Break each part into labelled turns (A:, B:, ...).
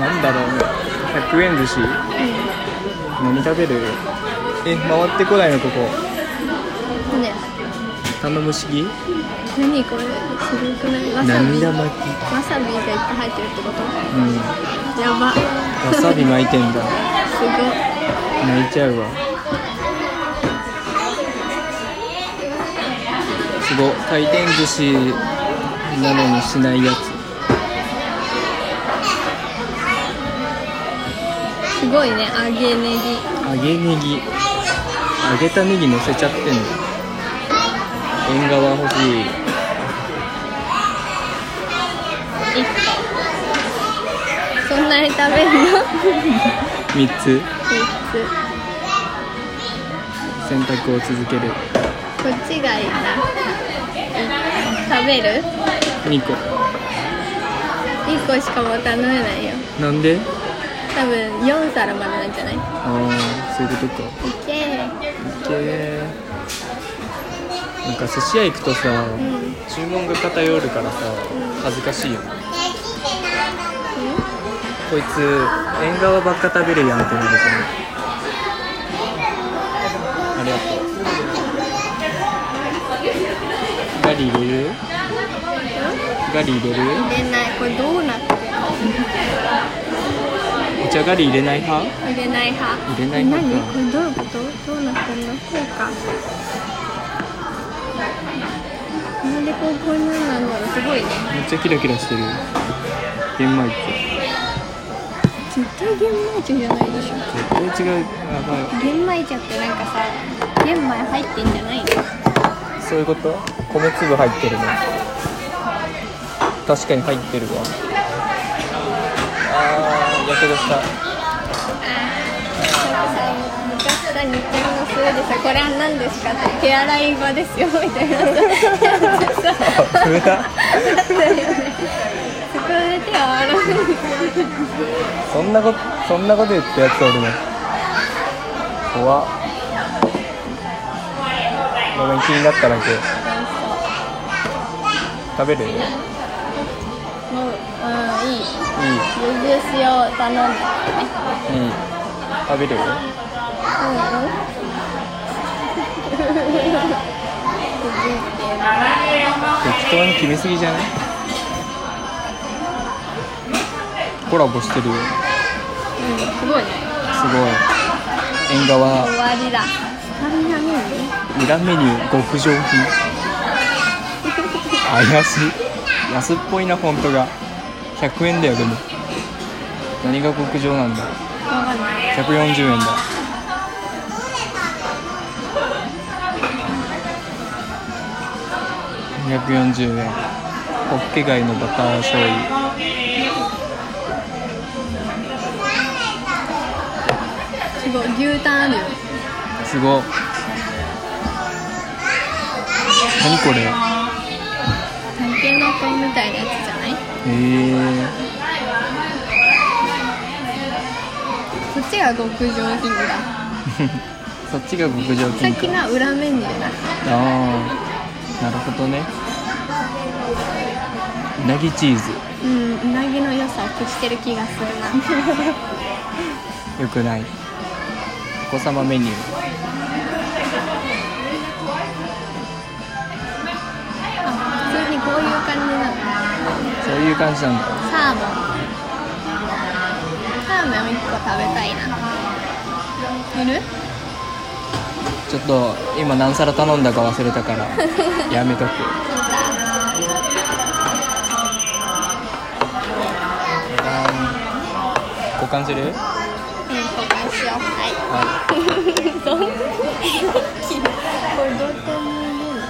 A: なんだろうね100円寿司何食べるえ回ってこないのここ
B: ね
A: 頼むしぎ
B: 何これすごくないわさび
A: 涙
B: わ
A: 巻き
B: さびがいっぱい入ってるってこ
A: うん
B: とやば
A: わさび巻いてんだ
B: すごい
A: 泣いちゃうわすごい回転寿司なのにしないやつ
B: すごいね揚げネギ
A: 揚げネギ揚げたネギ乗せちゃってんの縁側欲しい
B: 一個そんなに食べるの
A: 3つ
B: 三
A: 選択を続ける
B: つこっちがいいな食べる
A: 2個
B: 一個しかもう頼めないよ
A: なんで
B: 多分四皿までなんじゃないい
A: ああそういうことか
B: けー
A: いけーなんか寿司屋行くとさ、
B: うん
A: 注文が偏るからさ恥ずかしいよねこいつ縁側ばっか食べるやんってなるじゃんありがとうガリ入れるガリ入れる
B: 入れないこれどうなって
A: お茶ガリ入れない派
B: 入れない派
A: 入れない派か
B: 何これどういうことどうなってんのこうかなんでこうこんなんなんだろうすごいね
A: めっちゃキラキラしてる玄米って
B: 絶対玄米茶じゃないでしょ
A: 絶対違うやば
B: 玄米茶ってなんかさ玄米入ってんじゃないの
A: いそういうこと米粒入ってるね確かに入ってるわあーやけどした
B: 昔さ日テレのスーでさこれは何ですかって手洗い場ですよみた いなさ
A: あ冷た
B: そこで手を洗う
A: そんなことそんなこと言ってやつおるね怖っごめん気になっただけ食べるいい
B: もううんいいブルース用頼んだからね
A: いい食べる
B: うんうんブルースっていうの
A: 適当に決めすぎじゃないコラボしてるよ
B: うんすごいね
A: すごい縁側
B: 終わりだスタミナメニュー
A: 裏メニュー極上品 怪しい安っぽいなフォントが100円だよでも何が極上なんだ
B: わかんない
A: 140円だ240円ホッケ貝のバター醤油
B: すごい牛タンあるよ
A: すごっ何これへ
B: タケノコみたいなやつじゃない
A: え
B: こっちが極上品だ
A: そっちが極上
B: さ
A: 金
B: っ
A: 貨
B: きのは裏メニューだ
A: ああなるほどねうなぎチーズ
B: うんうなぎの良さを消してる気がするな
A: よくないお子様メニュー
B: あ普通にこういう感じなの
A: そういう感じなんだ
B: サーモンサーモン1個食べたいないる
A: ちょっと今何皿頼んだか忘れたからやめとくあー交換する
B: うん交換しようはい
A: は
B: どんこれどうやって思うの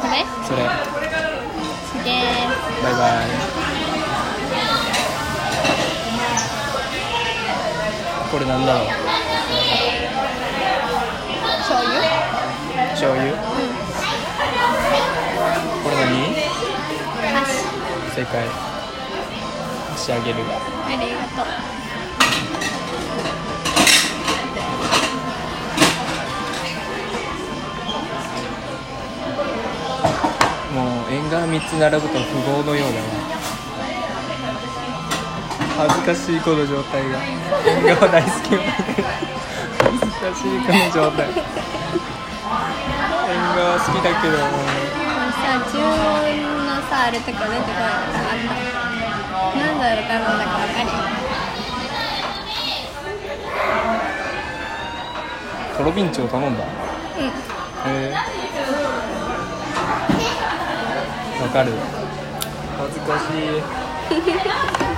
B: これ
A: いそれバ
B: すげー
A: イバイこれなんだろう
B: 醤油
A: 醤油これ何
B: 箸
A: 正解仕上げる
B: ありがとう
A: もう縁側3つ並ぶと富豪のようだな恥ずかしいこの状態が変顔大好きマニア恥ずかしいこの状態変顔好きだけど
B: さ注文のさあれとか出てこないからあんた何だろう頼んだか分かり
A: トロビンチを頼んだ
B: うん
A: へえわかる恥ずかしい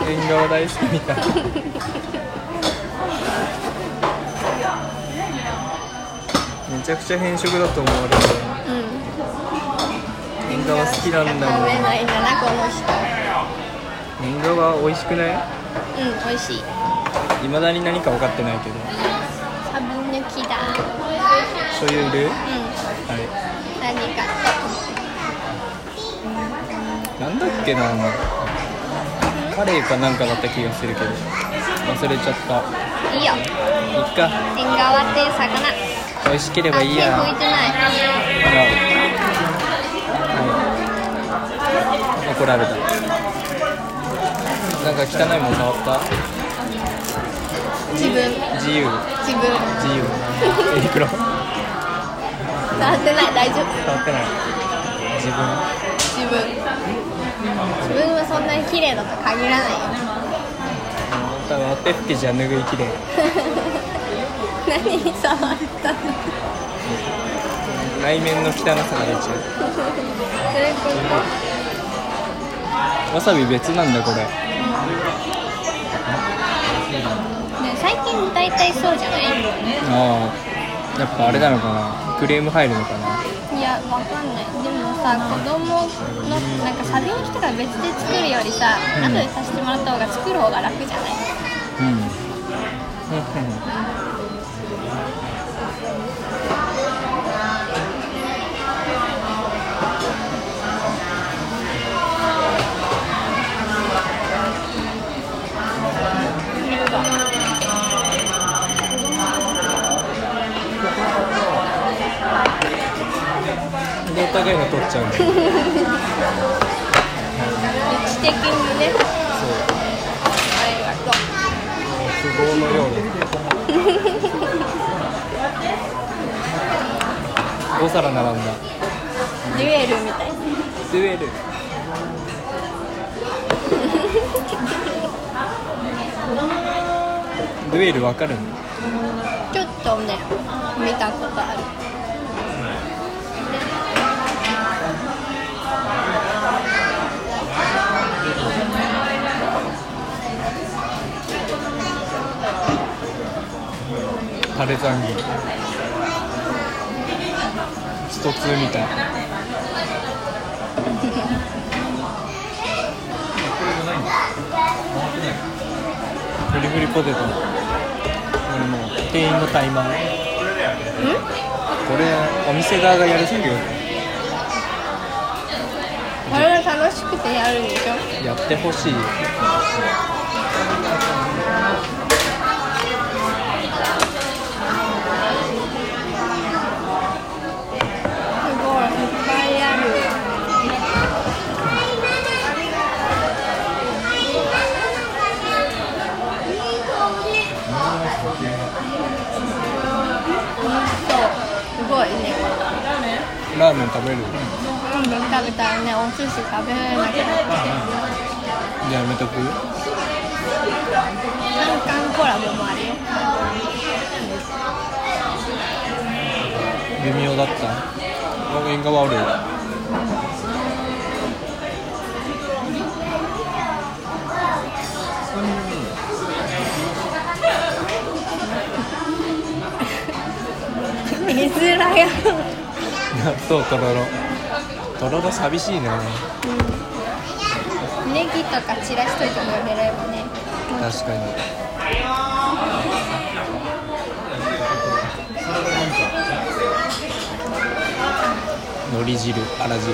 A: 変顔大好きみたいめちゃくちゃ変色だと思われる
B: うん
A: 変顔好きなんだ
B: 食
A: もん
B: べないんだなこの人
A: 変顔は美味しくない
B: うん美味しい
A: 未だに何か分かってないけど
B: サビ抜きだ
A: 醤油いる
B: うん
A: は
B: 何か
A: いなんだっけなカレーかなんかだった気がするけど忘れちゃった
B: いいよ
A: いっか
B: 縁側っていう魚
A: 美味しければ
B: あ
A: いい
B: 手
A: や
B: 拭いてない
A: あら、はい、怒られたなんか汚いもん触った
B: 自分
A: 自由
B: 自分
A: 自由えいくら
B: 触ってない大丈夫
A: 触ってない自分
B: 自分自分はそんなに綺麗だと限らないよ
A: 多分手拭きじゃ拭いきれい
B: 何に触ったの
A: 内面の汚さが出ちゃ
B: それここ
A: うわさび別なんだこれ
B: ね最近大体そうじゃない
A: ああやっぱあれなのかなクレーム入るのかない
B: やわかんないでもさ子供のなんかサビの人が別で作るよりさ、
A: うん
B: 後でさせてもらった方が作る方が楽じゃない
A: うんでお互いの取っちゃうんだよ
B: 位置的にね
A: そう
B: ありがとう
A: 不合のように5皿並んだ
B: デュエルみたい
A: デュエルデュエルわかるの
B: ちょっとね見たことある
A: タレザンギストツーみたいフリフリポテトこれもう店員のタイマーこれお店側がやる作業
B: これは楽しくてやるんでしょ
A: やってほしい
B: すごいいっぱいある楽しそうすごいね
A: ラーメン食べる
B: 今度食べたらねお寿司食べれなくなって
A: やめとく
B: カンカンコラボもあるよ
A: 微妙だった縁側おる
B: 水らが
A: 納豆とろろとろろ寂しいね
B: ネギとか散らしといてもれればね
A: 確かに海苔汁あら汁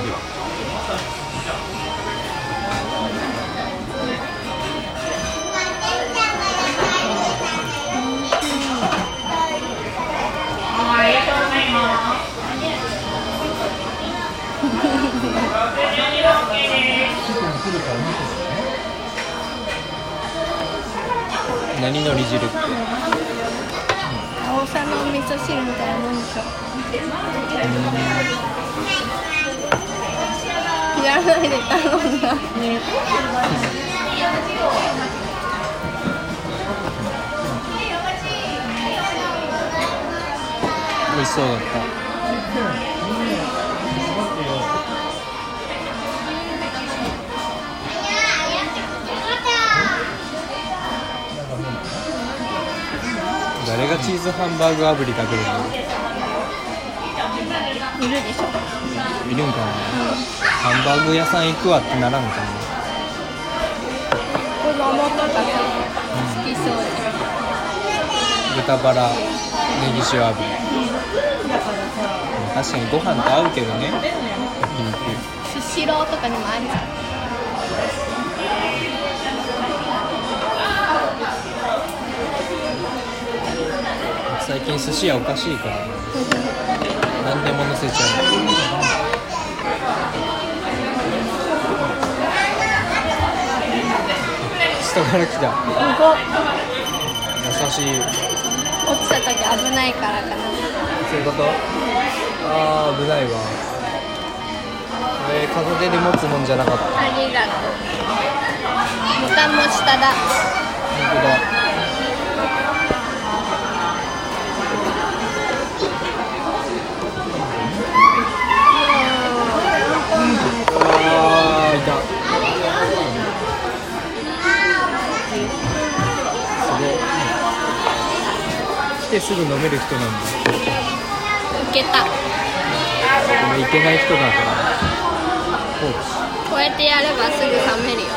A: 何のり汁って
B: 青さの味噌汁みたいなもんでしょやらないで頼んだね
A: 美味しそうだった誰がチーズハンバーグ炙り食べる
B: いるでしょ
A: のいるんかな、ハンバーグ屋さん行くわってならんか
B: 子供とかさ好きそうで
A: な豚バラネギ塩炙り確かにご飯と合うけどね焼肉
B: スシローとかにもありそう
A: 最近寿司屋おかしいからね何でも乗せちゃう人から来た
B: すごっ
A: 優しい
B: 落ちた時危ないからかな
A: そういうことああ危ないわえー、片手で持つもんじゃなかった本
B: ありがとうボタンも下だ
A: 当だあーいたすごい来てすぐ飲める人なんだ
B: いけた
A: でも行けない人だからそうです
B: こうやってやればすぐ冷めるよ